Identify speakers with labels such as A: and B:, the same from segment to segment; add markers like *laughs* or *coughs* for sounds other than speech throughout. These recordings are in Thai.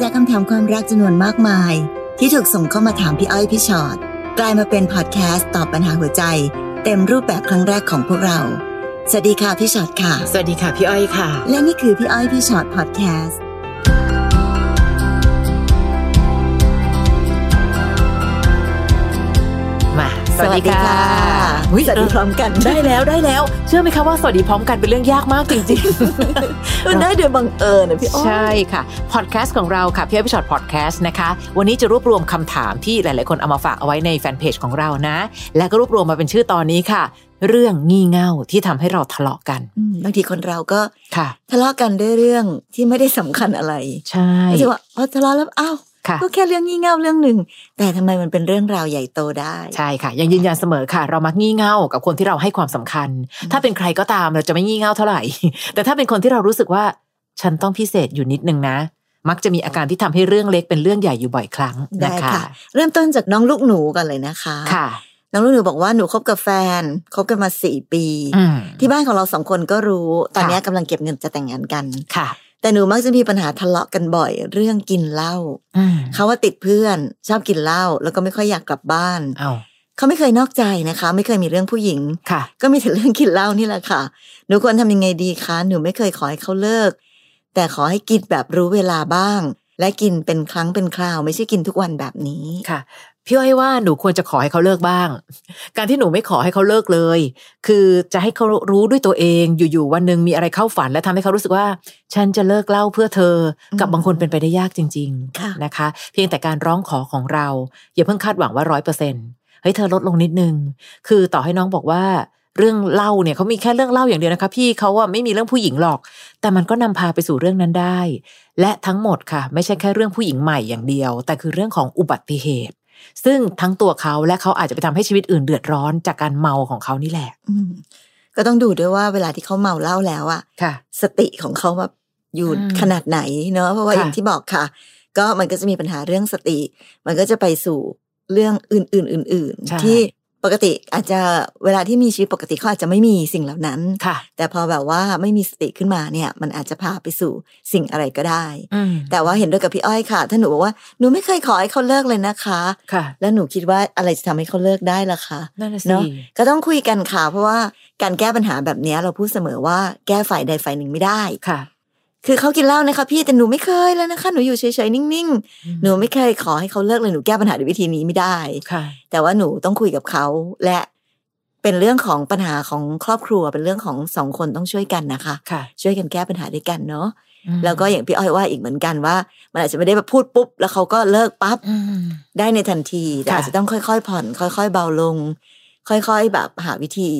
A: จากคำถามความรักจำนวนมากมาย ที่ถูกส่งเข้ามาถามพี่อ้อยพี่ชอ็อตกลายมาเป็นพอดแคสต์ตอบปัญหาหัวใจ เต็มรูปแบบครั้งแรกของพวกเรา สวัสดีค่ะพี่ชอ็อตค่ะ
B: สวัสดีค่ะพี่อ้อยค่ะ
A: และนี่คือพี่อ้อยพี่ชอ็อตพอดแคสต์
B: มา
A: อุ๊ย
B: อุ๊ย
A: สวัสดีพร้อมกัน
B: ได้แล้วได้แล้ว เชื่อไหมคะว่าสวัสดีพร้อมกันเป็นเรื่องยากมากจริง
A: มันได้โดยบังเอิญนะพี่อ้
B: ๆ
A: อย
B: ใช่ค่ะ พอดแคสต์ของเราค่ะพี่อ้อยพี่ชอตพอดแคสต์นะคะ วันนี้จะรวบรวมคำถามที่หลายๆ คนเอามาฝากเอาไว้ในแฟนเพจของเรานะ และก็รวบรวมมาเป็นชื่อตอนนี้ค่ะ เรื่องงี่เง่าที่ทำให้เราทะเลาะกัน
A: อืมบางทีคนเราก็
B: ค่ะ
A: ทะเลาะกันด้วยเรื่องที่ไม่ได้สำคัญอะไร
B: ใช่
A: ไม่ใช่ว่าพอทะเลาะแล้วอ้าว
B: ค่ะ
A: ก็แค่เรื่องงี่เง่าเรื่องหนึ่ง แต่ทำไมมันเป็นเรื่องราวใหญ่โตได้
B: ใช่ค่ะ ยังยืนยันเสมอค่ะ เรามักงี่เง่ากับคนที่เราให้ความสำคัญ ถ้าเป็นใครก็ตามเราจะไม่งี่เง่าเท่าไหร่ *laughs* แต่ถ้าเป็นคนที่เรารู้สึกว่า ฉันต้องพิเศษอยู่นิดนึงนะ มักจะมีอาการที่ทำให้เรื่องเล็กเป็นเรื่องใหญ่อยู่บ่อยครั้ง
A: ได้
B: นะคะ
A: ค่ะ เริ่มต้นจากน้องลูกหนูกันเลยนะคะ
B: ค่ะ
A: น้องลูกหนูบอกว่าหนูคบกับแฟนคบกันมาสี่ปี
B: อืม
A: ที่บ้านของเราสองคนก็รู้ ตอน
B: ค่ะ
A: เนี้ยกำลังเก็บเงินจะแต่งงานกัน
B: ค่ะ
A: แต่หนูมักจะมีปัญหาทะเลาะกันบ่อย เรื่องกินเหล้า
B: อืม
A: เขาว่าติดเพื่อนชอบกินเหล้าแล้วก็ไม่ค่อยอยากกลับบ้าน
B: เอา
A: เขาไม่เคยนอกใจนะคะ ไม่เคยมีเรื่องผู้หญิง
B: ค่ะ
A: ก็มีแต่เรื่องกินเหล้านี่แหละค่ะ หนูควรทำยังไงดีคะ หนูไม่เคยขอให้เขาเลิก แต่ขอให้กินแบบรู้เวลาบ้าง และกินเป็นครั้งเป็นคราว ไม่ใช่กินทุกวันแบบนี้
B: ค่ะพี่อ้อยว่าหนูควรจะขอให้เขาเลิกบ้าง *laughs* การที่หนูไม่ขอให้เขาเลิกเลย คือจะให้เขารู้ด้วยตัวเองอยู่ๆวันหนึ่งมีอะไรเข้าฝันและทำให้เขารู้สึกว่า ฉันจะเลิกเล่าเพื่อเธอ
A: อืม
B: กับบางคนเป็นไปได้ยากจริง
A: ค่ะ
B: นะคะ เพียงแต่การร้องขอของเรา อย่าเพิ่งคาดหวังว่าร้อยเปอร์เซ็นต์เฮ้ยเธอลดลงนิดนึง คือต่อให้น้องบอกว่า เรื่องเล่าเนี่ยเขามีแค่เรื่องเล่าอย่างเดียวนะคะ พี่เขาว่าไม่มีเรื่องผู้หญิงหรอก แต่มันก็นำพาไปสู่เรื่องนั้นได้ และทั้งหมดค่ะ ไม่ใช่แค่เรื่องผู้หญิงใหม่อย่างเดียว แต่คือเรื่องของอุบัติเหตุ ซึ่งทั้งตัวเขาและเขาอาจจะไปทำให้ชีวิตอื่นเดือดร้อนจากการเมาของเขานี่แหละ
A: อืมก็ต้องดูด้วยว่าเวลาที่เขาเมาเหล้าแล้วอะ
B: ค่ะ
A: สติของเขาแบบอยู่
B: อืม
A: ขนาดไหนเนาะเพราะว่า
B: ค่ะ
A: อย่างที่บอกค่ะ ก็มันก็จะมีปัญหาเรื่องสติ มันก็จะไปสู่เรื่องอื่นๆอื่น
B: ใช่
A: ๆที่ปกติอาจจะเวลาที่มีชีวิตปกติเขาอาจจะไม่มีสิ่งเหล่านั้น
B: ค่ะ
A: แต่พอแบบว่าไม่มีสติขึ้นมาเนี่ย มันอาจจะพาไปสู่สิ่งอะไรก็ได้
B: อืม
A: แต่ว่าเห็นด้วยกับพี่อ้อยค่ะ ถ้าหนูบอกว่าหนูไม่เคยขอให้เขาเลิกเลยนะคะ
B: ค่ะ
A: แล้วหนูคิดว่าอะไรจะทำให้เขาเลิกได้ล่ะคะ
B: นั่นน่ะ
A: เน
B: สิ
A: อะ ก็ต้องคุยกันค่ะ เพราะว่าการแก้ปัญหาแบบเนี้ยเราพูดเสมอว่าแก้ฝ่ายใดฝ่ายหนึ่งไม่ได้
B: ค่ะ
A: คือเขากินเหล้านะคะพี่แต่หนูไม่เคยแล้วนะคะ หนูอยู่เฉยๆนิ่งๆ หนูไม่เคยขอให้เขาเลิกเลยหนูแก้ปัญหาด้วยวิธีนี้ไม่ได้
B: ค่ะ
A: แต่ว่าหนูต้องคุยกับเขาและเป็นเรื่องของปัญหาของครอบครัวเป็นเรื่องของสองคนต้องช่วยกันนะคะ
B: ค่ะ
A: ช่วยกันแก้ปัญหาด้วยกันเนาะ
B: อืม
A: แล้วก็อย่างพี่อ้อยว่าอีกเหมือนกันว่า มันอาจจะไม่ได้แบบพูดปุ๊บ แล้วเขาก็เลิกปั๊บ
B: อืม
A: ได้ในทันทีแต่
B: ค่ะ
A: อาจจะต้องค่อยๆ ผ่อน ค่อย ๆ เบาลง ค่อยๆแบบหาวิธี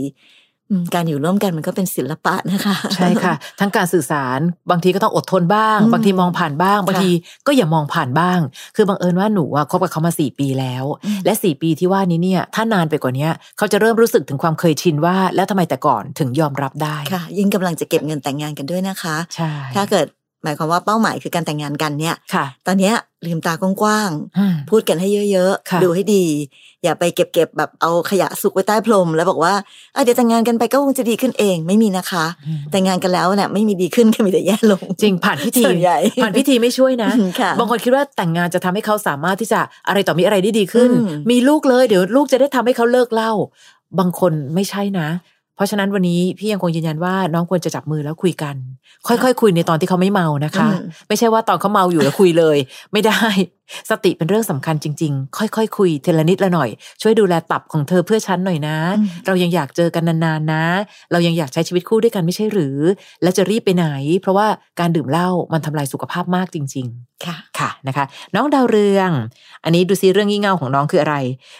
A: อืมการอยู่ร่วมกันมันก็เป็นศิลปะนะคะ
B: ใช่ค่ะ *laughs* ทั้งการสื่อสารบางทีก็ต้องอดทนบ้าง
A: อืม
B: บางทีมองผ่านบ้าง บาง
A: ค่ะ
B: ทีก็อย่ามองผ่านบ้าง คือบังเอิญว่าหนูอะคบกับเขามาสี่ปีแล้ว
A: อืม
B: และสี่ปีที่ว่านี้เนี่ย ถ้านานไปกว่านี้เขาจะเริ่มรู้สึกถึงความเคยชินว่า แล้วทำไมแต่ก่อนถึงยอมรับได้
A: ค่ะ ยิ่งกำลังจะเก็บเงินแต่งงานกันด้วยนะคะ
B: ใช่
A: ถ้าเกิดหมายความว่าเป้าหมายคือการแต่งงานกันเนี่ย
B: ค่ะ
A: ตอนเนี้ยลืมตากว้างๆ
B: อืม
A: พูดกันให้เยอะ
B: ค่ะ
A: ๆ ดูให้ดี อย่าไปเก็บๆ แบบเอาขยะซุกไว้ใต้พรม แล้วบอกว่าเอ้ยเดี๋ยวแต่งงานกันไปก็คงจะดีขึ้นเองไม่มีนะคะ แต่งงานกันแล้วเนี่ยไม่มีดีขึ้นก็มีแต่แย่ลง
B: จริงผ่านพิธี
A: *laughs* ส่วนใหญ่
B: ผ่านพิธีไม่ช่วยนะ
A: อืมค่ะ
B: บางคนคิดว่าแต่งงานจะทำให้เขาสามารถที่จะอะไรต่อมีอะไรได้ดีขึ้น
A: อืม
B: มีลูกเลยเดี๋ยวลูกจะได้ทำให้เขาเลิกเหล่า บางคนไม่ใช่นะ เพราะฉะนั้นวันนี้พี่ยังคงยืนยันว่าน้องควรจะจับมือแล้วคุยกัน ค่อยๆคุยในตอนที่เขาไม่เมานะคะ
A: อืม
B: ไม่ใช่ว่าตอนเขาเมาอยู่แล้วคุยเลย ไม่ได้ สติเป็นเรื่องสำคัญจริง ๆ ค่อยๆคุยทีละนิดละหน่อย ช่วยดูแลตับของเธอเพื่อฉันหน่อยนะ
A: อืม
B: เรายังอยากเจอกันนานๆนะ เรายังอยากใช้ชีวิตคู่ด้วยกันไม่ใช่หรือ แล้วจะรีบไปไหน เพราะว่าการดื่มเหล้ามันทำลายสุขภาพมากจริง
A: ค่ะ
B: ๆ ค่ะนะคะ น้องดาวเรือง อันนี้ดูซิเรื่องงี่เง่าของน้องคืออะไร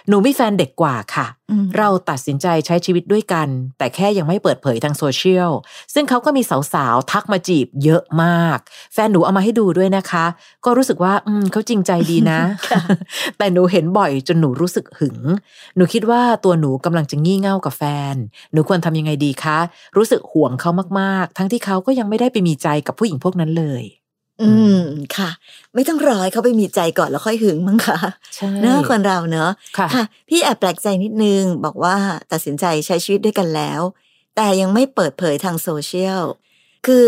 B: หนูมีแฟนเด็กกว่าค่ะ
A: อืม
B: เราตัดสินใจใช้ชีวิตด้วยกัน แต่แค่ยังไม่เปิดเผยทางโซเชียล ซึ่งเขาก็มีสาวๆ ทักมาจีบเยอะมาก แฟนหนูเอามาให้ดูด้วยนะคะ ก็รู้สึกว่า อืมเขาจริงใจดีนะ แต่หนูเห็นบ่อยจนหนูรู้สึกหึง หนูคิดว่าตัวหนูกำลังจะงี่เง่ากับแฟน หนูควรทำยังไงดีคะ รู้สึกห่วงเขามากๆ ทั้งที่เขาก็ยังไม่ได้ไปมีใจกับผู้หญิงพวกนั้นเลย
A: อืมค่ะ ไม่ต้องรอให้เขาไปมีใจก่อนแล้วค่อยหึงมั้งคะ
B: ใช่
A: เนอะคนเราเนอะ
B: ค่ะ
A: ค่ะ พี่แอบแปลกใจนิดนึงบอกว่าตัดสินใจใช้ชีวิตด้วยกันแล้ว แต่ยังไม่เปิดเผยทางโซเชียลคือ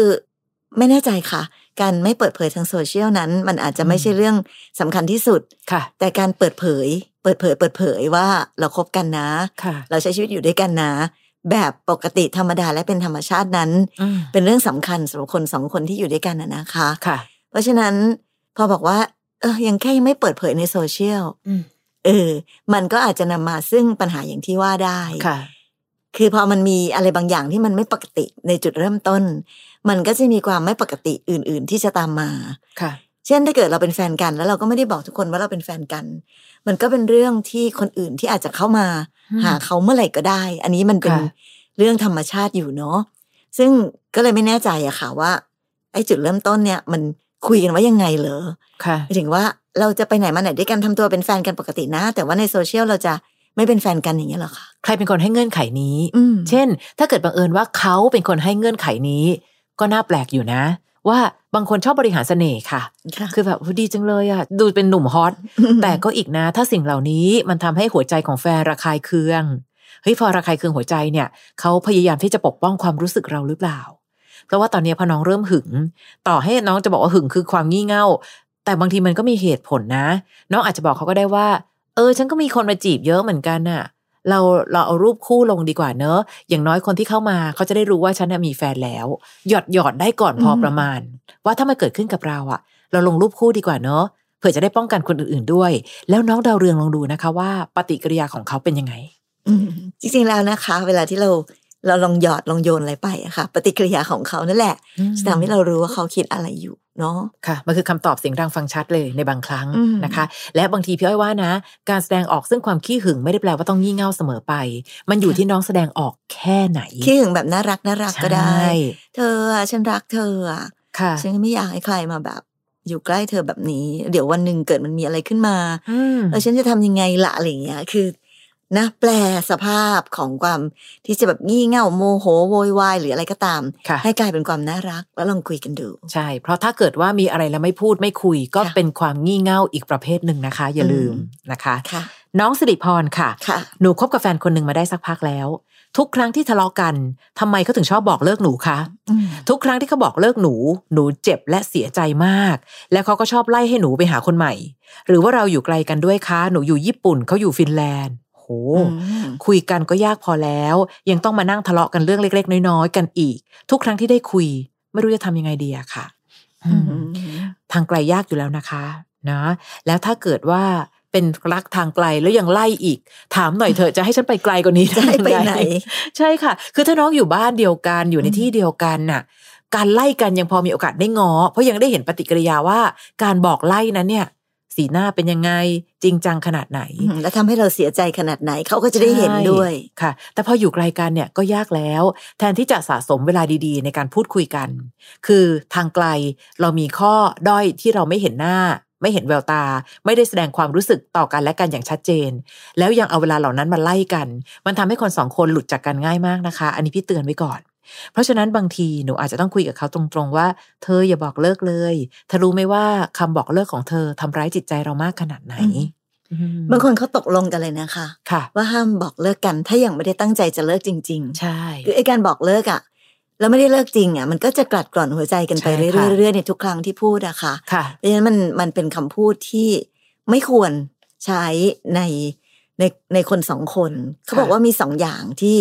A: ไม่แน่ใจค่ะ การไม่เปิดเผยทางโซเชียลนั้น มันอาจจะไม่ใช่เรื่องสำคัญที่สุด
B: ค่ะ
A: แต่การเปิดเผย เปิดเผย เปิดเผยว่าเราคบกันนะ
B: ค่ะ
A: เราใช้ชีวิตอยู่ด้วยกันนะ แบบปกติธรรมดาและเป็นธรรมชาตินั้น
B: อืม
A: เป็นเรื่องสำคัญสำหรับคนสองคนที่อยู่ด้วยกันนะนะคะ
B: ค่ะ
A: เพราะฉะนั้นพอบอกว่า เออยังแค่ยังไม่เปิดเผยในโซเชียล
B: อืม
A: เออ มันก็อาจจะนำมาซึ่งปัญหาอย่างที่ว่าได้
B: ค่ะ
A: คือพอมันมีอะไรบางอย่างที่มันไม่ปกติในจุดเริ่มต้น มันก็จะมีความไม่ปกติอื่น ๆ ที่จะตามมา
B: ค่ะ
A: เช่นถ้าเกิดเราเป็นแฟนกัน แล้วเราก็ไม่ได้บอกทุกคนว่าเราเป็นแฟนกัน มันก็เป็นเรื่องที่คนอื่นที่อาจจะเข้ามา หาเขาเมื่อไหร่ก็ได้ อันนี้มันเป็น
B: ค่ะ
A: เรื่องธรรมชาติอยู่เนาะ ซึ่งก็เลยไม่แน่ใจอะค่ะว่า ไอ้จุดเริ่มต้นเนี่ย มันคุยกันว่ายังไงเหรอ
B: ค่ะ
A: หมายถึงว่าเราจะไปไหนมาไหนด้วยกันทำตัวเป็นแฟนกันปกตินะ แต่ว่าในโซเชียลเราจะไม่เป็นแฟนกันอย่างเงี้ยเหรอคะ
B: ใครเป็นคนให้เงื่อนไขนี้
A: อืม
B: เช่น ถ้าเกิดบังเอิญว่าเขาเป็นคนให้เงื่อนไขนี้ ก็น่าแปลกอยู่นะ ว่าบางคนชอบบริหารเสน่ห์ค่ะ
A: ค่ะ
B: คือแบบอุ๊ยดีจังเลยอ่ะ ดูเป็นหนุ่ม
A: *laughs*
B: ฮอต แต่ก็อีกนะ ถ้าสิ่งเหล่านี้มันทำให้หัวใจของแฟนระคายเคือง เฮ้ยพอระคายเคืองหัวใจเนี่ยเขาพยายามที่จะปกป้องความรู้สึกเราหรือเปล่า เพราะว่าตอนนี้พอน้องเริ่มหึง ต่อให้น้องจะบอกว่าหึงคือความงี่เง่า แต่บางทีมันก็มีเหตุผลนะ น้องอาจจะบอกเขาก็ได้ว่า เออ ฉันก็มีคนมาจีบเยอะเหมือนกันน่ะ เราเราเอารูปคู่ลงดีกว่าเนอะ อย่างน้อยคนที่เข้ามาเขาจะได้รู้ว่าฉันน่ะมีแฟนแล้ว หยอดหยอดได้ก่อนพอประมาณ ว่าถ้ามันเกิดขึ้นกับเราอะเราลงรูปคู่ดีกว่าเนอะเผื่อจะได้ป้องกันคนอื่นๆด้วย แล้วน้องดาวเรืองลองดูนะคะว่าปฏิกิริยาของเขาเป็นยังไง
A: อืมจริงๆแล้วนะคะ เวลาที่เราเราลองหยอดลองโยนอะไรไปอะค่ะ ปฏิกิริยาของเขานั่นแหละจะทำให้เรารู้ว่าเขาคิดอะไรอยู่เนาะ
B: ค่ะมันคือคำตอบเสียงดังฟังชัดเลยในบางครั้ง
A: อืม
B: นะคะ และบางทีพี่อ้อยว่านะ การแสดงออกซึ่งความขี้หึงไม่ได้แปลว่าต้องงี่เง่าเสมอไป มันอยู่ที่น้องแสดงออกแค่ไหน
A: คิดถึงแบบน่ารักน่ารักก็ได้
B: ใช่
A: เธออะฉันรักเธออะ
B: ค่ะ
A: ฉันก็ไม่อยากให้ใครมาแบบ อยู่ใกล้เธอแบบนี้ เดี๋ยววันหนึ่งเกิดมันมีอะไรขึ้นมา
B: อืม
A: แล้วฉันจะทำยังไงละอะไรอย่างเงี้ยคือ นะ แปลสภาพของความที่จะแบบงี่เง่าโมโหโวยวายหรืออะไรก็ตาม
B: ค่ะ
A: ให้กลายเป็นความน่ารัก แล้วลองคุยกันดู
B: ใช่ เพราะถ้าเกิดว่ามีอะไรแล้วไม่พูดไม่คุย ก็
A: ค่ะ
B: เป็นความงี่เง่าอีกประเภทหนึ่งนะคะ อย่าลืม
A: อืม
B: นะคะ
A: ค่ะ
B: น้องสิริพรค่ะ
A: ค่ะ
B: หนูคบกับแฟนคนหนึ่งมาได้สักพักแล้ว ทุกครั้งที่ทะเลาะกันทำไมเขาถึงชอบบอกเลิกหนูคะ ทุกครั้งที่เขาบอกเลิกหนู หนูเจ็บและเสียใจมาก แล้วเขาก็ชอบไล่ให้หนูไปหาคนใหม่ หรือว่าเราอยู่ไกลกันด้วยคะ หนูอยู่ญี่ปุ่นเขาอยู่ฟินแลนด์ โห คุยกันก็ยากพอแล้ว ยังต้องมานั่งทะเลาะกันเรื่องเล็ก ๆ น้อยๆกันอีก ทุกครั้งที่ได้คุย ไม่รู้จะทำยังไงดีอะค่ะ อืม ทางไกลยากอยู่แล้วนะคะนะแล้วถ้าเกิดว่าเป็นรักทางไกลแล้วยังไล่อีก ถามหน่อยเถอะจะให้ฉันไปไกลกว่านี้
A: จะให้ไป
B: ด้ยัง
A: ไหน
B: ง ใช่ค่ะ คือถ้าน้องอยู่บ้านเดียวกันอยู่ในที่เดียวกันน่ะ การไล่กันยังพอมีโอกาสได้งอ เพราะยังได้เห็นปฏิกิริยาว่า การบอกไล่นั้นเนี่ย สีหน้าเป็นยังไงจริงจังขนาดไหน
A: อืม *laughs* แล้วทำให้เราเสียใจขนาดไหนเขาก็จะได้เห็นด้วย
B: ค่ะ แต่พออยู่ไกลกันเนี่ยก็ยากแล้ว แทนที่จะสะสมเวลาดีๆ ในการพูดคุยกัน คือทางไกลเรามีข้อด้อยที่เราไม่เห็นหน้า ไม่เห็นแววตา ไม่ได้แสดงความรู้สึกต่อกันและกันอย่างชัดเจน แล้วยังเอาเวลาเหล่านั้นมาไล่กัน มันทำให้คนสองคนหลุดจากกันง่ายมากนะคะ อันนี้พี่เตือนไว้ก่อน เพราะฉะนั้นบางทีหนูอาจจะต้องคุยกับเขาตรงๆว่า เธออย่าบอกเลิกเลยเธอรู้ไหมว่าคำบอกเลิกของเธอทำร้ายจิตใจเรามากขนาดไหนอืม
A: บางคนเขาตกลงกันเลยนะคะ
B: ค่ะ
A: ว่าห้ามบอกเลิกกัน ถ้ายังไม่ได้ตั้งใจจะเลิกจริง ๆ
B: ใช่
A: คือไอการบอกเลิกอะแล้วไม่ได้เลิกจริงอะมันก็จะกลัดกร่อนหัวใจกันไป
B: ใช่
A: เรื่
B: ค่ะ
A: อยๆเรื่อยๆในทุกครั้งที่พูดอะค่ะ
B: ค่ะ
A: เพราะฉะนั้นมันมันเป็นคำพูดที่ไม่ควรใช้ในในในคนสองคน เขาบอกว่ามีสองอย่างที่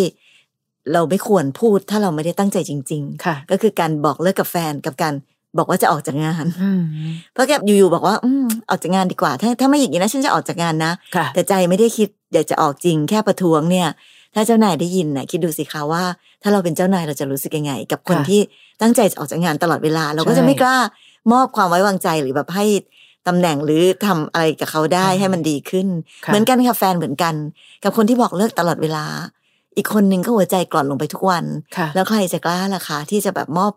A: เราไม่ควรพูดถ้าเราไม่ได้ตั้งใจจริง
B: ค่ะ
A: ๆ ก็คือการบอกเลิกกับแฟนกับการบอกว่าจะออกจากงาน
B: อืม
A: เพราะแกอยู่ๆบอกว่าอืมออกจากงานดีกว่า ถ้าถ้าไม่อย่างนี้นะฉันจะออกจากงานนะ
B: ค่ะ
A: แต่ใจไม่ได้คิดอยากจะออกจริงแค่ประท้วงเนี่ย ถ้าเจ้านายได้ยินนะคิดดูสิคะว่า ถ้าเราเป็นเจ้านายเราจะรู้สึกยังไง กับคนที่ตั้งใจจะออกจากงานตลอดเวลา เราก็จะไม่กล้ามอบความไว้วางใจหรือแบบให้ตำแหน่งหรือทำอะไรกับเขาได้ให้มันดีขึ้น
B: ค่ะ
A: เหมือนกันค่ะแฟนเหมือนกัน กับคนที่บอกเลิกตลอดเวลา อีกคนนึงก็หัวใจกร่อนลงไปทุกวัน
B: ค่ะ
A: แล้วใครจะกล้าล่ะคะที่จะแบบมอบ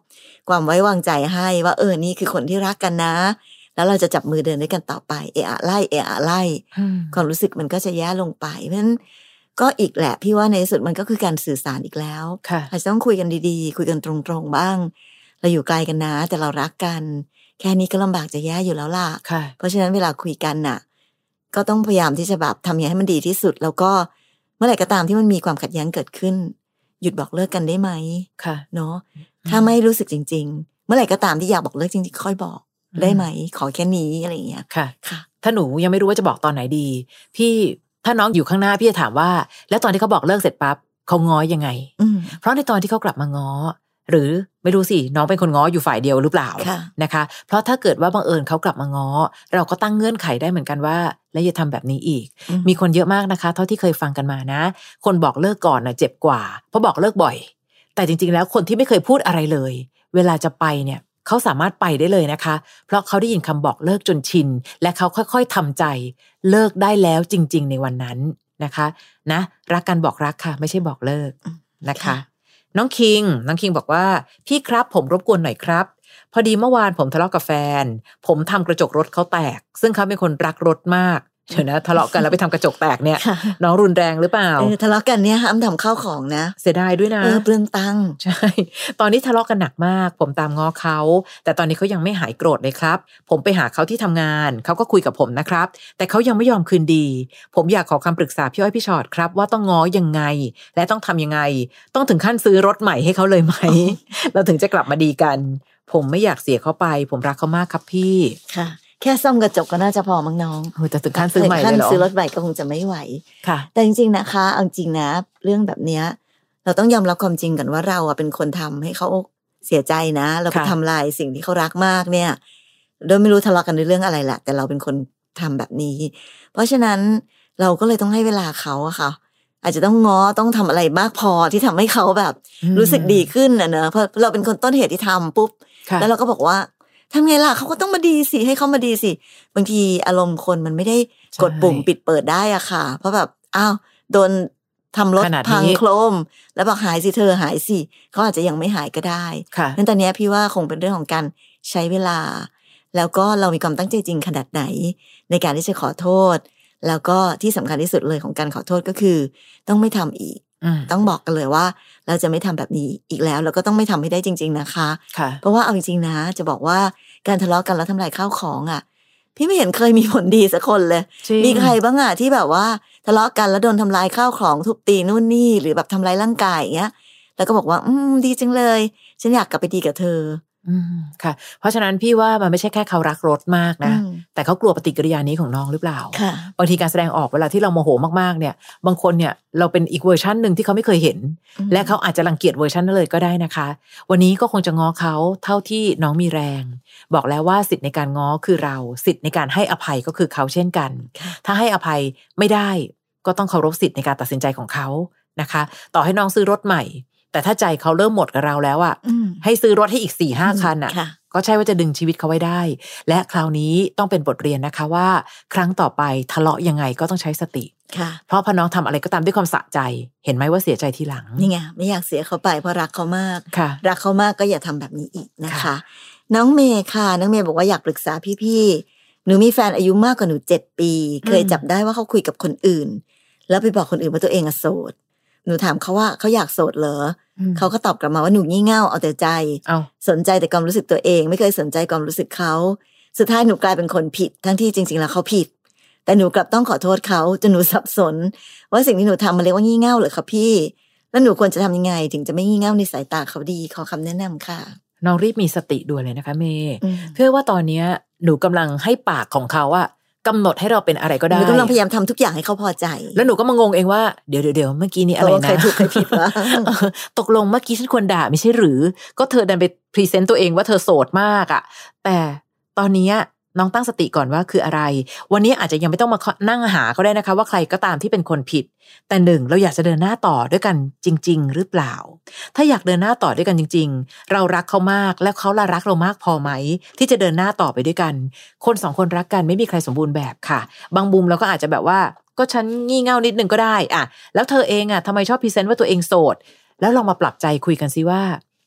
A: ความไว้วางใจให้ ว่าเออนี่คือคนที่รักกันนะ แล้วเราจะจับมือเดินด้วยกันต่อไปเอะอะไล่เอะอะไล่
B: อืม
A: ความรู้สึกมันก็จะแย่ลงไป เพราะฉะนั้นก็อีกแหละพี่ว่าในที่สุดมันก็คือการสื่อสารอีกแล้ว
B: ค่ะ
A: อาจจะต้องคุยกันดีๆ คุยกันตรงๆบ้าง เราอยู่ไกลกันนะ แต่เรารักกัน แค่นี้ก็ลำบากจะแย่อยู่แล้วล่ะ
B: ค่ะ
A: เพราะฉะนั้นเวลาคุยกันน่ะ ก็ต้องพยายามที่จะแบบทำยังไงให้มันดีที่สุด แล้วก็เมื่อไหร่ก็ตามที่มันมีความขัดแย้งเกิดขึ้น หยุดบอกเลิกกันได้ไหม
B: ค่ะ
A: เนาะ
B: ม
A: ถ้าไม่รู้สึกจริง ๆ เมื่อไหร่ก็ตามที่อยากบอกเลิกจริงๆค่อยบอกได้ไหม ขอแค่นี้อะไรอย่างเงี้ย
B: ค่ะ
A: ค่ะ
B: ถ้าหนูยังไม่รู้ว่าจะบอกตอนไหนดี พี่ถ้าน้องอยู่ข้างหน้าพี่จะถามว่า แล้วตอนที่เขาบอกเลิกเสร็จปั๊บเขาง้อยังไง
A: อืม
B: เพราะในตอนที่เขากลับมาง้อ หรือไม่รู้สิน้องเป็นคนง้ออยู่ฝ่ายเดียวหรือเปล่า
A: ค่ะ
B: นะคะ เพราะถ้าเกิดว่าบังเอิญเขากลับมาง้อ เราก็ตั้งเงื่อนไขได้เหมือนกันว่า แล้วอย่าทำแบบนี้อีก
A: อื
B: มีคนเยอะมากนะคะ เท่าที่เคยฟังกันมานะ คนบอกเลิกก่อนนะเจ็บกว่า เพราะบอกเลิกบ่อย แต่จริง ๆ แล้วคนที่ไม่เคยพูดอะไรเลย เวลาจะไปเนี่ยเขาสามารถไปได้เลยนะคะ เพราะเขาได้ยินคำบอกเลิกจนชิน และเขาค่อยๆทำใจ เลิกได้แล้วจริง ๆ ในวันนั้นนะคะ นะ รักกันบอกรักค่ะ ไม่ใช่บอกเลิกนะคะ
A: ค่ะ
B: น้องคิง น้องคิงบอกว่า พี่ครับผมรบกวนหน่อยครับ พอดีเมื่อวานผมทะเลาะกับแฟน ผมทำกระจกรถเขาแตก ซึ่งเขาเป็นคนรักรถมากเดี๋ยวนะทะเลาะกันแล้วไปทำกระจกแตกเนี่ย
A: ค่ะ
B: น้องรุนแรงหรือเปล่า
A: เออทะเลาะกันเนี่ยห้ามทำข้าวของนะ
B: เสียดายด้วยนะ
A: เออเปลืองตังค์
B: ใช่ *laughs* ตอนนี้ทะเลาะกันหนักมาก ผมตามง้อเขา แต่ตอนนี้เขายังไม่หายโกรธเลยครับ ผมไปหาเขาที่ทำงาน เขาก็คุยกับผมนะครับ แต่เขายังไม่ยอมคืนดี ผมอยากขอคำปรึกษาพี่อ้อยพี่ชอตครับ ว่าต้องง้อยังไง และต้องทำยังไง ต้องถึงขั้นซื้อรถใหม่ให้เขาเลยไหม *laughs* เราถึงจะกลับมาดีกัน ผมไม่อยากเสียเขาไป ผมรักเขามากครับพี่
A: ค่ะแค่ซ่อมกระจกก็น่าจะพอมั้งน้อง
B: โอ้ยแต่ถึงขั้นซื้อใหม่
A: ขั้
B: เล
A: น
B: ยเหรอ
A: ซื้อรถใหม่ก็คงจะไม่ไหว
B: ค่ะ
A: แต่จริง ๆ นะคะเอาจริงนะ เรื่องแบบเนี้ย เราต้องยอมรับความจริงกันว่าเราอะเป็นคนทำให้เขาเสียใจนะ เราไป
B: ค่ะ
A: ทำลายสิ่งที่เขารักมากเนี่ยโดยไม่รู้ทะเลาะกันในเรื่องอะไรแหละแต่เราเป็นคนทำแบบนี้ เพราะฉะนั้นเราก็เลยต้องให้เวลาเขาอะค่ะ อาจจะต้องง้อต้องทำอะไรมากพอที่ทำให้เขาแบบ รู้สึกดีขึ้นนะเนอะเพราะเราเป็นคนต้นเหตุที่ทำปุ๊บ
B: ค่ะ
A: แล้วเราก็บอกว่าทำไงล่ะเขาก็ต้องมาดีสิให้เขามาดีสิบางทีอารมณ์คนมันไม่ได้กดปุ่ม
B: ใช่
A: ปิดเปิดได้อะค่ะ เพราะแบบอ้าวโดนทำรถ
B: ขนาดนี้
A: พังโครม แล้วบอกหายสิเธอหายสิเขาอาจจะยังไม่หายก็ได้
B: ค่ะ
A: งั้นตอนเนี้ยพี่ว่าคงเป็นเรื่องของการใช้เวลา แล้วก็เรามีความตั้งใจจริงขนาดไหน ในการที่จะขอโทษ แล้วก็ที่สำคัญที่สุดเลยของการขอโทษก็คือ ต้องไม่ทำอีก
B: อืม
A: ต้องบอกกันเลยว่า เราจะไม่ทำแบบนี้อีกแล้วแล้วก็ต้องไม่ทำให้ได้จริง ๆนะคะ
B: ค่ะ
A: เพราะว่าเอาจริงๆนะ จะบอกว่าการทะเลาะกันแล้วทำลายข้าวของอ่ะ พี่ไม่เห็นเคยมีผลดีสักคนเลย มีใครบ้างอ่ะที่แบบว่าทะเลาะกันแล้วโดนทำลายข้าวของทุบตีนู่นนี่หรือแบบทำลายร่างกายอย่างเงี้ย แล้วก็บอกว่า อืมดีจังเลย ฉันอยากกลับไปดีกับเธอ
B: อืมค่ะ เพราะฉะนั้นพี่ว่ามันไม่ใช่แค่เขารักรถมากนะ
A: อืม
B: แต่เขากลัวปฏิกิริยานี้ของน้องหรือเปล่า
A: ค่ะ
B: บางทีการแสดงออกเวลาที่เราโมโหมากๆเนี่ย บางคนเนี่ยเราเป็นอีกเวอร์ชันหนึ่งที่เขาไม่เคยเห็น และเขาอาจจะรังเกียจเวอร์ชันนั้นเลยก็ได้นะคะ วันนี้ก็คงจะง้อเขาเท่าที่น้องมีแรง บอกแล้วว่าสิทธิ์ในการง้อคือเรา สิทธิ์ในการให้อภัยก็คือเขาเช่นกัน ถ้าให้อภัยไม่ได้ก็ต้องเคารพสิทธิ์ในการตัดสินใจของเขานะคะ ต่อให้น้องซื้อรถใหม่ แต่ถ้าใจเขาเริ่มหมดกับเราแล้วอะ
A: อืม
B: ให้ซื้อรถให้อีกสี่ห้าคันอะ
A: ค่ะ
B: ก็ใช่ว่าจะดึงชีวิตเขาไว้ได้ และคราวนี้ต้องเป็นบทเรียนนะคะว่า ครั้งต่อไปทะเลาะยังไงก็ต้องใช้สติ
A: ค่ะ
B: เพราะพอน้องทำอะไรก็ตามด้วยความสะใจ เห็นไหมว่าเสียใจทีหลัง
A: นี่ไงไม่อยากเสียเขาไปเพราะรักเขามาก
B: ค่ะ
A: รักเขามากก็อย่าทำแบบนี้อีกนะคะ
B: ค่ะ
A: น้องเมย์ค่ะ น้องเมย์บอกว่าอยากปรึกษาพี่ๆหนูมีแฟนอายุมากกว่าหนูเจ็ดปี เคยจับได้ว่าเขาคุยกับคนอื่น แล้วไปบอกคนอื่นว่าตัวเองอะโสด หนูถามเขาว่าเขาอยากโสดเหรอเขาก็ตอบกลับมาว่าหนูงี่เง่าเอาแต่ใจ
B: เอา
A: สนใจแต่ความรู้สึกตัวเอง ไม่เคยสนใจความรู้สึกเขาสุดท้ายหนูกลายเป็นคนผิด ทั้งที่จริง ๆ แล้วเขาผิด แต่หนูกลับต้องขอโทษเขาจนหนูสับสน ว่าสิ่งที่หนูทำมันเรียกว่างี่เง่าเหรือคะพี่ แล้วหนูควรจะทำยังไง ถึงจะไม่งี่เง่าในสายตาเขาดีขอคำแนะนำค่ะ
B: น้องรีบมีสติด่วนเลยนะคะเมย์
A: อืม
B: เพื่อว่าตอนเนี้ยหนูกำลังให้ปากของเขาอะกำหนดให้เราเป็นอะไรก็
A: ห
B: ได้
A: นูกำลังพยายามทำทุกอย่างให้เขาพอใจ
B: แล้วหนูก็มางงเองว่าเดี๋ยวเดี๋ยวเดี๋ยวเมื่อกี้นี้อะไร
A: ตกลง
B: นะ
A: ใครถูกใครผิดวะ
B: เออ *laughs* ตกลงเมื่อกี้ฉันควรด่าไม่ใช่หรือ ก็เธอดันไปพรีเซนต์ตัวเองว่าเธอโสดมากอะ่ะ แต่ตอนเนี้ยน้องตั้งสติก่อนว่าคืออะไร วันนี้อาจจะยังไม่ต้องมานั่งหาก็ได้นะคะ ว่าใครก็ตามที่เป็นคนผิด แต่หนึ่งเราอยากจะเดินหน้าต่อด้วยกันจริง ๆ หรือเปล่า ถ้าอยากเดินหน้าต่อด้วยกันจริง ๆ เรารักเขามากและเขาละรักเรามากพอไหม ที่จะเดินหน้าต่อไปด้วยกัน คนสองคนรักกันไม่มีใครสมบูรณ์แบบค่ะ บางมุมเราก็อาจจะแบบว่า ก็ฉันงี่เง่านิดนึงก็ได้อะแล้วเธอเองอะทำไมชอบพรีเซนต์ว่าตัวเองโสด แล้วลองมาปรับใจคุยกันซิว่า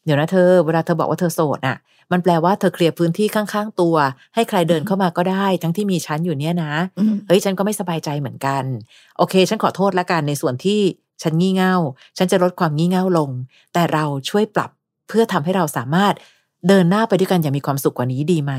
B: เดี๋ยวนะเธอ เวลาเธอบอกว่าเธอโสดอ่ะ มันแปลว่าเธอเคลียร์พื้นที่ข้างๆตัว ให้ใครเดินเข้ามาก็ได้ ทั้งที่มีฉันอยู่เนี่ยนะ
A: อืม
B: เฮ้ย ฉันก็ไม่สบายใจเหมือนกัน โอเค ฉันขอโทษละกันในส่วนที่ฉันงี่เง่า ฉันจะลดความงี่เง่าลง แต่เราช่วยปรับเพื่อทำให้เราสามารถเดินหน้าไปด้วยกันอย่างมีความสุขกว่านี้ดีไหม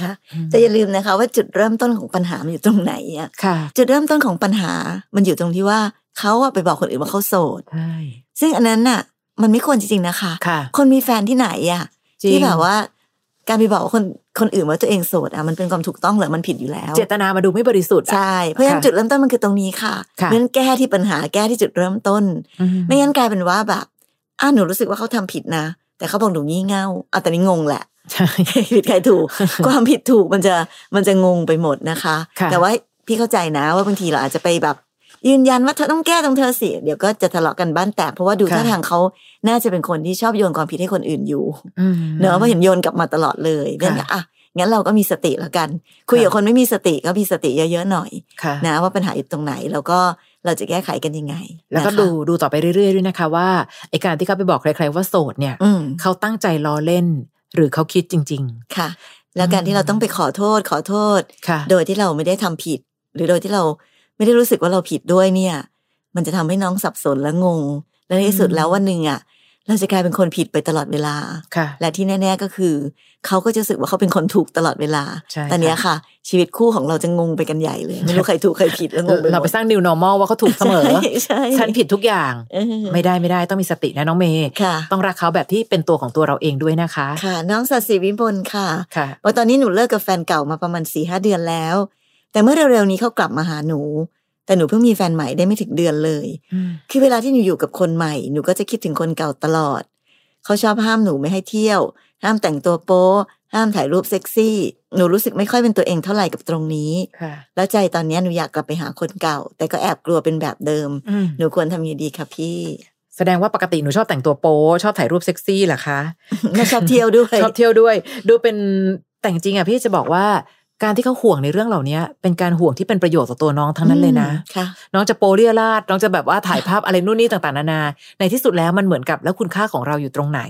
A: ค่ะแต่อย่าลืมนะคะ ว่าจุดเริ่มต้นของปัญหามันอยู่ตรงไหนอะ
B: ค่ะ
A: จุดเริ่มต้นของปัญหา มันอยู่ตรงที่ว่าเขาอะไปบอกคนอื่นว่าเขาโสด
B: ใช่
A: ซึ่งอันนั้นน่ะ มันไม่ควรจริงๆนะคะ
B: ค่ะ
A: คนมีแฟนที่ไหนอะ
B: จริง
A: ที่แบบว่า การไปบอกว่าคนคนอื่นว่าตัวเองโสดอ่ะมันเป็นความถูกต้องเหรอมันผิดอยู่แล้ว
B: เจตนามาดูไม่บริสุทธิ์อะ
A: ใช่ เพราะฉะนั้น
B: ค่ะ
A: จุดเริ่มต้นมันคือตรงนี้ค่ะเพ
B: ค่ะ
A: ราะฉะนั้นแก้ที่ปัญหาแก้ที่จุดเริ่มต้น
B: อื
A: ไม่งั้นกลายเป็นว่าแบบอ้าวหนูรู้สึกว่าเขาทำผิดนะ แต่เขาบอกหนูงี่เง่าเอาแต่นี้งงแหละ
B: ใช่
A: ใครผิดใคร
B: *laughs*
A: ถูก ความผิดถูกมันจะมันจะงงไปหมดนะคะ
B: ค่ะ
A: แต่ว่าพี่เข้าใจนะว่าบางทีเราอาจจะไปแบบ ยืนยันว่าเธอต้องแก้ตรงเธอสิเดี๋ยวก็จะทะเลาะกันบ้านแตกเพราะว่าดูท่าทางเขาน่าจะเป็นคนที่ชอบโยนความผิดให้คนอื่นอยู่
B: อืม
A: เนอะเพราะเห็นโยนกลับมาตลอดเลยเนี่ย
B: ค่ะ
A: อ่ะงั้นเราก็มีสติแล้วกัน คุยกับ
B: ค่ะ
A: คนไม่มีสติก็มีสติเยอะๆหน่อย
B: ค่ะ
A: นะว่าปัญหาอยู่ตรงไหน แล้วก็เราจะแก้ไขกันยังไง
B: แล้วก็
A: นะคะ
B: ดูดูต่อไปเรื่อยๆด้วยนะคะว่าไอการที่เขาไปบอกใครๆว่าโสดเนี่ย
A: อืม
B: เขาตั้งใจล้อเล่น หรือเขาคิดจริง
A: ค่ะ แล้วการที่เราต้องไปขอโทษขอโทษ
B: ๆ ค่ะ
A: โดยที่เราไม่ได้ทำผิด หรือโดยที่เราไม่ได้รู้สึกว่าเราผิดด้วยเนี่ย มันจะทำให้น้องสับสนและงง และในที่สุด
B: อืม
A: แล้ววันหนึ่งอ่ะ เราจะกลายเป็นคนผิดไปตลอดเวลา
B: ค่ะ
A: และที่แน่ ๆก็คือ เขาก็จะรู้สึกว่าเขาเป็นคนถูกตลอดเวลา
B: ใช่ค่ะ
A: ตอนเนี้ยค่ะ ชีวิตคู่ของเราจะงงไปกันใหญ่เลย ไม่รู้ใครถูกใครผิดแล้วงงไปหมด
B: เราไปสร้าง new normal ว่าเขาถูกเสมอ
A: ใช่ใช่
B: ฉันผิดทุกอย่าง
A: เออ
B: ไม่ได้ไม่ได้ต้องมีสตินะน้องเมย์
A: ค่ะ
B: ต้องรักเขาแบบที่เป็นตัวของตัวเราเองด้วยนะคะ
A: ค่ะ น้องสัตย์ศรีวิมลค่ะ
B: ค่ะ
A: ว่าตอนนี้หนูเลิกกับแฟนเก่ามาประมาณสี่ห้าเดือนแล้ว แต่เมื่อเร็วๆนี้เขากลับมาหาหนู แต่หนูเพิ่งมีแฟนใหม่ได้ไม่ถึงเดือนเลย คือเวลาที่หนูอยู่กับคนใหม่ หนูก็จะคิดถึงคนเก่าตลอด เขาชอบห้ามหนูไม่ให้เที่ยว ห้ามแต่งตัวโป๊ห้ามถ่ายรูปเซ็กซี่ หนูรู้สึกไม่ค่อยเป็นตัวเองเท่าไหร่กับตรงนี้
B: ค่ะ
A: แล้วใจตอนนี้หนูอยากกลับไปหาคนเก่า แต่ก็แอบกลัวเป็นแบบเดิม
B: อืม
A: หนูควรทำยังไงดีคะพี่ *laughs*
B: แสดงว่าปกติหนูชอบแต่งตัวโป๊ชอบถ่ายรูปเซ็กซี่เหรอคะ
A: ไม่ชอบเที่ยวด้วย
B: ชอบเที่ยวด้วย ดูเป็นแต่จริงๆอ่ะพี่จะบอกว่าการที่เขาห่วงในเรื่องเหล่านี้เป็นการห่วงที่เป็นประโยชน์ต่อตัวน้องทั้งนั้นเลยนะ
A: อืมค่ะ
B: น้องจะโปเรียราดน้องจะแบบว่าถ่ายภาพอะไรนู่นนี่ต่างๆนานา ในที่สุดแล้วมันเหมือนกับแล้วคุณค่าของเราอยู่ตรงไหน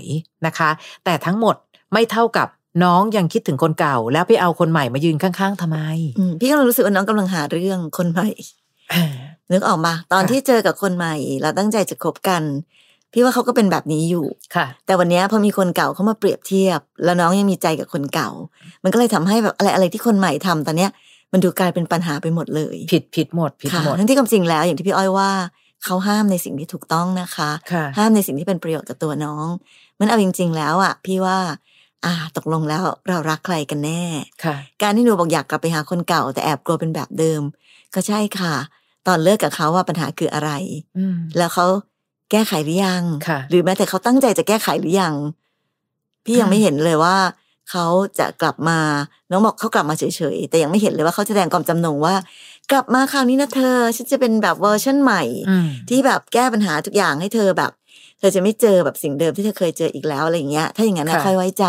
B: นะคะ แต่ทั้งหมดไม่เท่ากับน้องยังคิดถึงคนเก่า แล้วไปเอาคนใหม่มายืนข้างๆทำไม *coughs*
A: อืมพี่ก็รู้สึกว่าน้องกำลังหาเรื่องคนใหม่ นึกออกมาตอน
B: ค่ะ
A: ที่เจอกับคนใหม่ เราตั้งใจจะคบกัน พี่ว่าเขาก็เป็นแบบนี้อยู่
B: ค่ะ
A: แต่วันเนี้ยพอมีคนเก่าเข้ามาเปรียบเทียบ แล้วน้องยังมีใจกับคนเก่า มันก็เลยทำให้แบบอะไรอะไรที่คนใหม่ทำตอนเนี้ย มันดูกลายเป็นปัญหาไปหมดเลย
B: ผิดผิดหมดผิด
A: ค่ะ
B: หมด
A: ทั้งที่ความจริงแล้วอย่างที่พี่อ้อยว่าเขาห้ามในสิ่งที่ถูกต้องนะคะ
B: ค่ะ
A: ห้ามในสิ่งที่เป็นประโยชน์กับตัวน้อง มันเอาจริง ๆ แล้วอ่ะพี่ว่า อ่าตกลงแล้วเรารักใครกันแน่
B: ค่ะ
A: การที่หนูบอกอยากกลับไปหาคนเก่า แต่แอบกลัวเป็นแบบเดิม ก็ใช่ค่ะ ตอนเลิกกับเขาว่าปัญหาคืออะไร
B: อืม
A: แล้วเขาแก้ไขหรือยัง
B: ค่ะ
A: หรือแม้แต่เขาตั้งใจจะแก้ไขหรือยัง พี่ยังไม่เห็นเลยว่า เขาจะกลับมา น้องบอกเขากลับมาเฉยๆ แต่ยังไม่เห็นเลยว่าเขาแสดงความจำนงว่า กลับมาคราวนี้นะเธอ ฉันจะเป็นแบบเวอร์ชันใหม่
B: อืม
A: ที่แบบแก้ปัญหาทุกอย่างให้เธอแบบ เธอจะไม่เจอแบบสิ่งเดิมที่เธอเคยเจออีกแล้วอะไรอย่างเงี้ย ถ้าอย่างนั้นนะ
B: ค่ะ
A: ค่อยไว้ใจ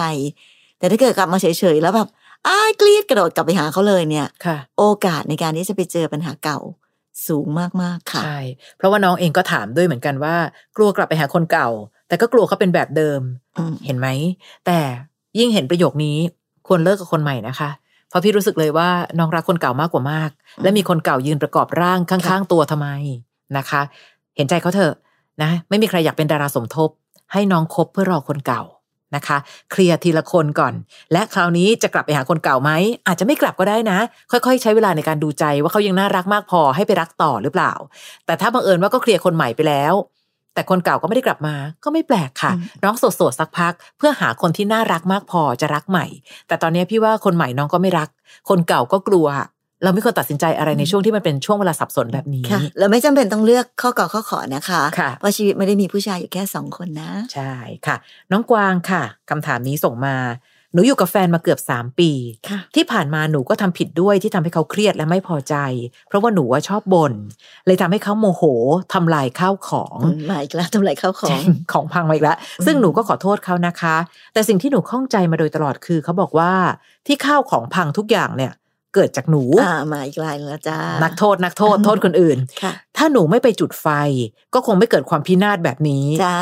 A: แต่ถ้าเกิดกลับมาเฉยๆแล้วแบบอ้ายกรีดกระโดดกลับไปหาเขาเลยเนี่ย
B: ค่ะ
A: โอกาสในการที่จะไปเจอปัญหาเก่าสูงมากๆค่ะ
B: ใช่ เพราะว่าน้องเองก็ถามด้วยเหมือนกันว่า กลัวกลับไปหาคนเก่า แต่ก็กลัวเขาเป็นแบบเดิม
A: อืม
B: เห็นไหม แต่ยิ่งเห็นประโยคนี้ควรเลิกกับคนใหม่นะคะ เพราะพี่รู้สึกเลยว่าน้องรักคนเก่ามากกว่ามาก
A: อืม
B: และมีคนเก่ายืนประกอบร่างข้างๆตัวทำไมนะคะ เห็นใจเขาเถอะนะ ไม่มีใครอยากเป็นดาราสมทบ ให้น้องคบเพื่อรอคนเก่านะคะ เคลียร์ทีละคนก่อน และคราวนี้จะกลับไปหาคนเก่าไหมอาจจะไม่กลับก็ได้นะ ค่อยๆ ใช้เวลาในการดูใจว่าเขายังน่ารักมากพอให้ไปรักต่อหรือเปล่า แต่ถ้าบังเอิญว่าก็เคลียร์คนใหม่ไปแล้ว แต่คนเก่าก็ไม่ได้กลับมา ก็ไม่แปลกค่ะ
A: อืม
B: น้องโสดๆสักพัก เพื่อหาคนที่น่ารักมากพอจะรักใหม่ แต่ตอนนี้พี่ว่าคนใหม่น้องก็ไม่รัก คนเก่าก็กลัว เราไม่ควรตัดสินใจอะไรในช่วงที่มันเป็นช่วงเวลาสับสนแบบนี้
A: ค่ะแล้วไม่จำเป็นต้องเลือกข้อก่อข้อขอนะคะ
B: ค่ะ
A: เพราะชีวิตไม่ได้มีผู้ชายอยู่แค่สองคนนะ
B: ใช่ค่ะ น้องกวางค่ะคำถามนี้ส่งมา หนูอยู่กับแฟนมาเกือบสามปี
A: ค่ะ
B: ที่ผ่านมาหนูก็ทำผิดด้วยที่ทำให้เขาเครียดและไม่พอใจ เพราะว่าหนูว่าชอบบ่นเลยทำให้เขาโมโหทำลายข้าวของ
A: หมายแล้วทำลายข้าวของ
B: ของพังมาอีกแล้ว ซึ่งหนูก็ขอโทษเขานะคะ แต่สิ่งที่หนูข้องใจมาโดยตลอดคือเขาบอกว่าที่ข้าวของพังทุกอย่างเนี่ย เกิดจากหนู
A: อ่ามาอีกลายหนึ่งแล้วจ้า
B: นั
A: นั
B: กโทษนักโทษ
A: อืม
B: โทษคนอื่น
A: ค่ะ
B: ถ้าหนูไม่ไปจุดไฟ ก็คงไม่เกิดความพินาศแบบนี้
A: จ้า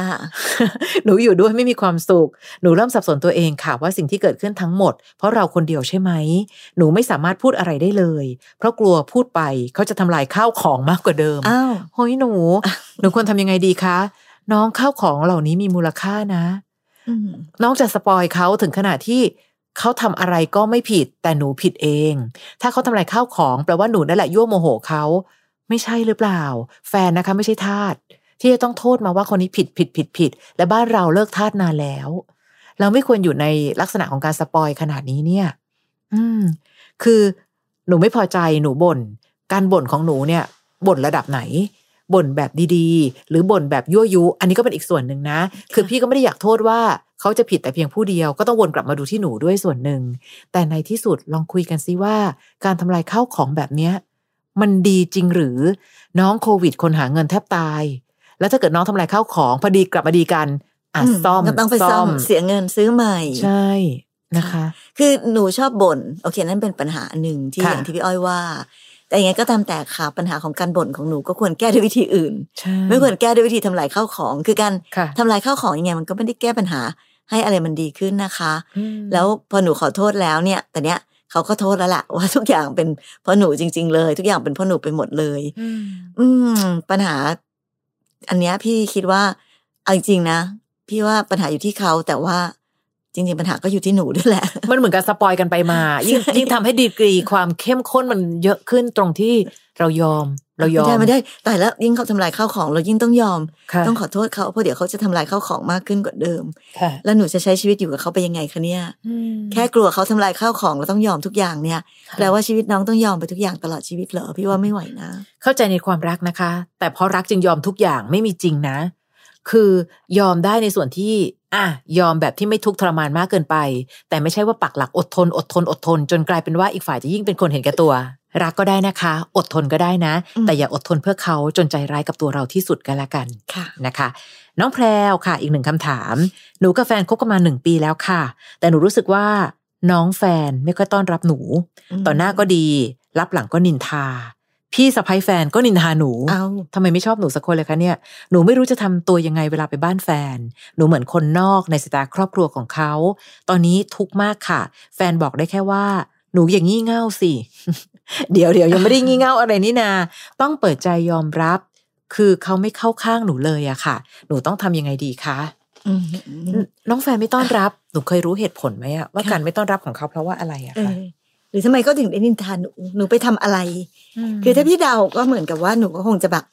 B: *laughs* หนูอยู่ด้วยไม่มีความสุข หนูเริ่มสับสนตัวเองค่ะว่าสิ่งที่เกิดขึ้นทั้งหมด เพราะเราคนเดียวใช่ไหม หนูไม่สามารถพูดอะไรได้เลย เพราะกลัวพูดไปเขาจะทำลายข้าวของมากกว่าเดิม
A: อ้าว
B: เฮ้ยหนู หนูควรทำยังไงดีคะ น้องข้าวของเหล่านี้มีมูลค่านะ
A: อืม
B: น้องจะสปอยเขาถึงขนาดที่เขาทำอะไรก็ไม่ผิดแต่หนูผิดเอง ถ้าเขาทำลายข้าวของแปลว่าหนูนั่นแหละยั่วโมโหเขา ไม่ใช่หรือเปล่า แฟนนะคะไม่ใช่ทาสที่จะต้องโทษมาว่าคนนี้ผิดผิดผิดผิด และบ้านเราเลิกทาสนานแล้ว เราไม่ควรอยู่ในลักษณะของการสปอยขนาดนี้เนี่ย อืม คือหนูไม่พอใจหนูบน่น การบ่นของหนูเนี่ยบ่นระดับไหน บ่นแบบดีๆ หรือบ่นแบบยั่วยุ อันนี้ก็เป็นอีกส่วนหนึ่งนะ คือพี่ก็ไม่ได้อยากโทษว่าเขาจะผิดแต่เพียงผู้เดียว ก็ต้องวนกลับมาดูที่หนูด้วยส่วนหนึ่ง แต่ในที่สุดลองคุยกันซิว่า การทำลายข้าวของแบบเนี้ย มันดีจริงหรือน้องโควิดคนหาเงินแทบตาย แล้วถ้าเกิดน้องทำลายข้าวของพอดีกลับมาดีกันอ่ะซ่อม
A: ก็ต้องไปซ่อมเสียเงินซื้อใหม่
B: ใช่นะคะ
A: คือหนูชอบบ่นโอเคนั่นเป็นปัญหาหนึ่งที่
B: ค่ะ
A: อย่างที่พี่อ้อยว่า แต่ยังไงก็ตามแต่ค่ะปัญหาของการบ่นของหนูก็ควรแก้ด้วยวิธีอื่น
B: ใช่
A: ไม่ควรแก้ด้วยวิธีทำลายข้าวของ คือการ
B: ค่ะ
A: ทำลายข้าวของยังไงมันก็ไม่ได้แก้ปัญหาให้อะไรมันดีขึ้นนะคะ
B: อืม
A: แล้วพอหนูขอโทษแล้วเนี่ย แต่เนี้ยเขาก็โทษแล้วล่ะว่าทุกอย่างเป็นเพราะหนูจริง ๆ เลย ทุกอย่างเป็นเพราะหนูไปหมดเลย อืม ปัญหา อันเนี้ยพี่คิดว่าเอาจริงๆนะ พี่ว่าปัญหาอยู่ที่เขาแต่ว่าจริง ๆ ปัญหาก็อยู่ที่หนูด้วยแหละ
B: มันเหมือนกับสปอยกันไปมา ยิ่งยิ่งทำให้ดีกรีความเข้มข้นมันเยอะขึ้นตรงที่เรายอมเรายอม
A: ไม่ได้ไม่ได้ตายแล้วยิ่งเขาทำลายข้าวของ เรายิ่งต้องยอม
B: ค่ะ
A: ต้องขอโทษเขาเพราะเดี๋ยวเขาจะทำลายข้าวของมากขึ้นกว่าเดิม
B: ค่ะ
A: แล้วหนูจะใช้ชีวิตอยู่กับเขาไปยังไงคะเนี่ย
B: อืม
A: แค่กลัวเขาทำลายข้าวของเราต้องยอมทุกอย่างเนี่ยแปลว่าชีวิตน้องต้องยอมไปทุกอย่างตลอดชีวิตเหรอพี่ว่าไม่ไหวนะ
B: เข้าใจในความรักนะคะ แต่เพราะรักจึงยอมทุกอย่างไม่มีจริงนะ คือยอมได้ในส่วนที่ อ่ะยอมแบบที่ไม่ทุกข์ทรมานมากเกินไป แต่ไม่ใช่ว่าปักหลักอดทนอดทนอดทน จนกลายเป็นว่าอีกฝ่ายจะยิ่งเป็นคนเห็นแก่ตัว รักก็ได้นะคะ อดทนก็ได้นะ แต่อย่าอดทนเพื่อเขาจนใจร้ายกับตัวเราที่สุดกันละกัน
A: ค่ะ
B: นะคะน้องแพรวค่ะอีกหนึ่งคำถาม หนูกับแฟนคบกันมาหนึ่งปีแล้วค่ะ แต่หนูรู้สึกว่าน้องแฟนไม่ค่อยต้อนรับหนู ต่อหน้าก็ดี รับหลังก็นินทา พี่สะพ้ยแฟนก็นินทาหนู
A: เอา
B: ทำไมไม่ชอบหนูสักคนเลยคะเนี่ยหนูไม่รู้จะทำตัวยังไงเวลาไปบ้านแฟน หนูเหมือนคนนอกในสายตาครอบครัวของเขา ตอนนี้ทุกข์มากค่ะ แฟนบอกได้แค่ว่า หนูอย่างงี่เง่าสิ *laughs* เดี๋ยวเดี๋ยวยังไม่ได้งี่เง่าอะไรนี่นา ต้องเปิดใจยอมรับ คือเขาไม่เข้าข้างหนูเลยอะค่ะ หนูต้องทำยังไงดีคะ
A: อืม
B: น้องแฟนไม่ต้อนรับ หนูเคยรู้เหตุผลไหมอะว่า
A: ค่ะ
B: การไม่ต้อนรับของเขาเพราะว่าอะไรอะ
A: เอ
B: คะ
A: อหรือทำไมก็ถึงได้นินทาหนูหนูไปทำอะไร คือถ้าพี่เดาก็เหมือนกับว่าหนูก็คงจะแบบ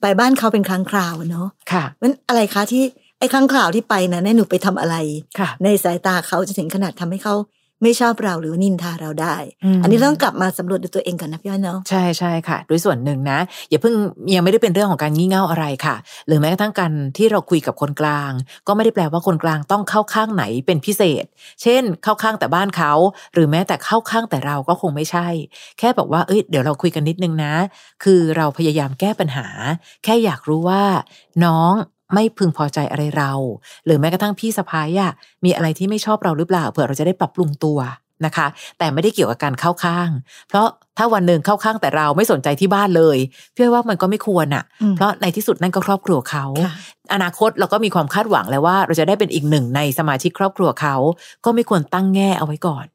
A: ไปบ้านเขาเป็นครั้งคราวอะเนาะ
B: ค่ะ
A: มันอะไรคะที่ไอ้ครั้งคราวที่ไปนะเนี่ยหนูไปทำอะไร
B: ค่ะ
A: ในสายตาเขาจะถึงขนาดทำให้เขาไม่ชอบเราหรือว่านินทาเราได้
B: ม
A: อันนี้ต้องกลับมาสำรวจดูตัวเองก่อนนะพี่อ้อยเนาะ
B: ใช่ใช่ค่ะ ด้วยส่วนหนึ่งนะ อย่าเพิ่งยังไม่ได้เป็นเรื่องของการงี่เง่าอะไรค่ะ หรือแม้กระทั่งการที่เราคุยกับคนกลาง ก็ไม่ได้แปลว่าคนกลางต้องเข้าข้างไหนเป็นพิเศษ เช่น เข้าข้างแต่บ้านเขา หรือแม้แต่เข้าข้างแต่เราก็คงไม่ใช่ แค่บอกว่าเอ้ยเดี๋ยวเราคุยกันนิดนึงนะ คือเราพยายามแก้ปัญหา แค่อยากรู้ว่า น้องไม่พึงพอใจอะไรเรา หรือแม้กระทั่งพี่สะพ้ายอะมีอะไรที่ไม่ชอบเราหรือเปล่าเผื่อเราจะได้ปรับปรุงตัวนะคะ แต่ไม่ได้เกี่ยวกับการเข้าข้าง เพราะถ้าวันหนึ่งเข้าข้างแต่เราไม่สนใจที่บ้านเลยพี่ว่ามันก็ไม่ควรอะ
A: อืม
B: เพราะในที่สุดนั่นก็ครอบครัวเขา
A: ค่ะ
B: อนาคตเราก็มีความคาดหวังแล้วว่า เราจะได้เป็นอีกหนึ่งในสมาชิกครอบครัวเขา ก็ไม่ควรตั้งแง่เอาไว้ก่อน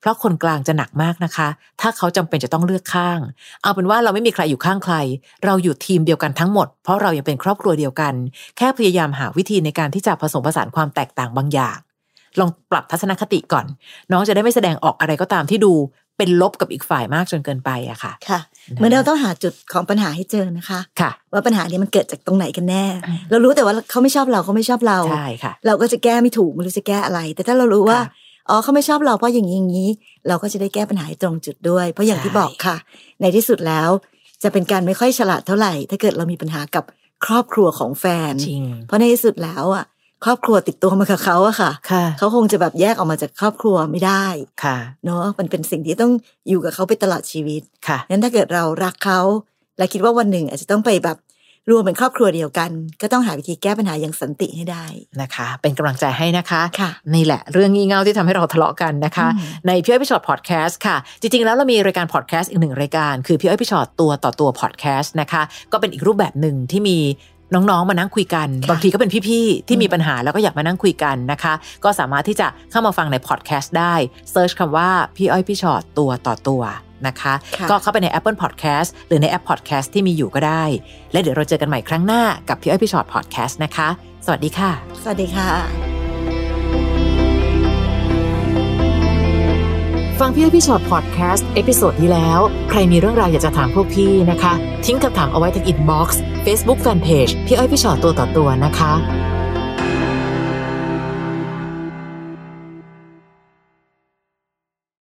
B: เพราะคนกลางจะหนักมากนะคะ ถ้าเขาจำเป็นจะต้องเลือกข้าง เอาเป็นว่าเราไม่มีใครอยู่ข้างใคร เราอยู่ทีมเดียวกันทั้งหมด เพราะเรายังเป็นครอบครัวเดียวกัน แค่พยายามหาวิธีในการที่จะผสมผสานความแตกต่างบางอย่าง ลองปรับทัศนคติก่อน น้องจะได้ไม่แสดงออกอะไรก็ตามที่ดูเป็นลบกับอีกฝ่ายมากจนเกินไปอะค่ะ
A: ค่ะเหมือนเราต้องหาจุดของปัญหาให้เจอนะคะ
B: ค่ะ
A: ว่าปัญหานี้มันเกิดจากตรงไหนกันแน่
B: อืม
A: เรารู้แต่ว่าเขาไม่ชอบเราเขาไม่ชอบเรา
B: ใช่ค่ะ
A: เราก็จะแก้ไม่ถูกไม่รู้จะแก้อะไร แต่ถ้าเรารู้ว่า
B: ค่ะ
A: อ๋อเขาไม่ชอบเราเพราะอย่างนี้อย่างนี้ เราก็จะได้แก้ปัญหาให้ตรงจุดด้วย เพราะอย่างที่
B: ใช่
A: บอกค่ะ ในที่สุดแล้ว จะเป็นการไม่ค่อยฉลาดเท่าไหร่ ถ้าเกิดเรามีปัญหากับครอบครัวของแฟน
B: จริง
A: เพราะในที่สุดแล้วอ่ะครอบครัวติดตัวมากับเขาอะค่ะ
B: ค่ะ
A: เขาคงจะแบบแยกออกมาจากครอบครัวไม่ได้
B: ค่ะ
A: เนาะมันเป็นสิ่งที่ต้องอยู่กับเขาไปตลอดชีวิต
B: ค่ะ
A: งั้นถ้าเกิดเรารักเขาและคิดว่าวันหนึ่งอาจจะต้องไปแบบรวมเป็นครอบครัวเดียวกัน ก็ต้องหาวิธีแก้ปัญหาอย่างสันติให้ได้
B: นะคะ เป็นกำลังใจให้นะคะ
A: ค่ะ
B: นี่แหละเรื่องงี่เง่าที่ทำให้เราทะเลาะกันนะคะ
A: อืม
B: ในพี่อ้อยพี่ชอตพอดแคสต์ค่ะ จริง ๆ แล้วเรามีรายการพอดแคสต์อีกหนึ่งรายการ คือพี่อ้อยพี่ชอตตัวต่อตัวพอดแคสต์นะคะ ก็เป็นอีกรูปแบบหนึ่งที่มีน้องๆมานั่งคุยกัน
A: ค่ะ
B: บางทีก็เป็นพี่ๆ ที่มี
A: อืม
B: ปัญหาแล้วก็อยากมานั่งคุยกันนะคะ ก็สามารถที่จะเข้ามาฟังในพอดแคสต์ได้เซิร์ชคำว่าพี่อ้อยพี่ชอตตัวต่อตัวนะคะ
A: ค่ะ
B: ก็เข้าไปใน Apple Podcast หรือในแอป Podcast ที่มีอยู่ก็ได้ และเดี๋ยวเราเจอกันใหม่ครั้งหน้ากับพี่อ้อยพี่ชอตพอดแคสต์นะคะ สวัสดีค่ะ
A: สวัสดีค่ะ
B: ฟังพี่อ้อยพี่ชอตพอดแคสต์เอพิโซดนี้แล้ว ใครมีเรื่องราวอยากจะถามพวกพี่นะคะ ทิ้งคำถามเอาไว้ทางอินบ็อกซ์เฟซบุ๊กแฟนเพจพี่อ้อยพี่ชอตตัวต่อตัวนะคะ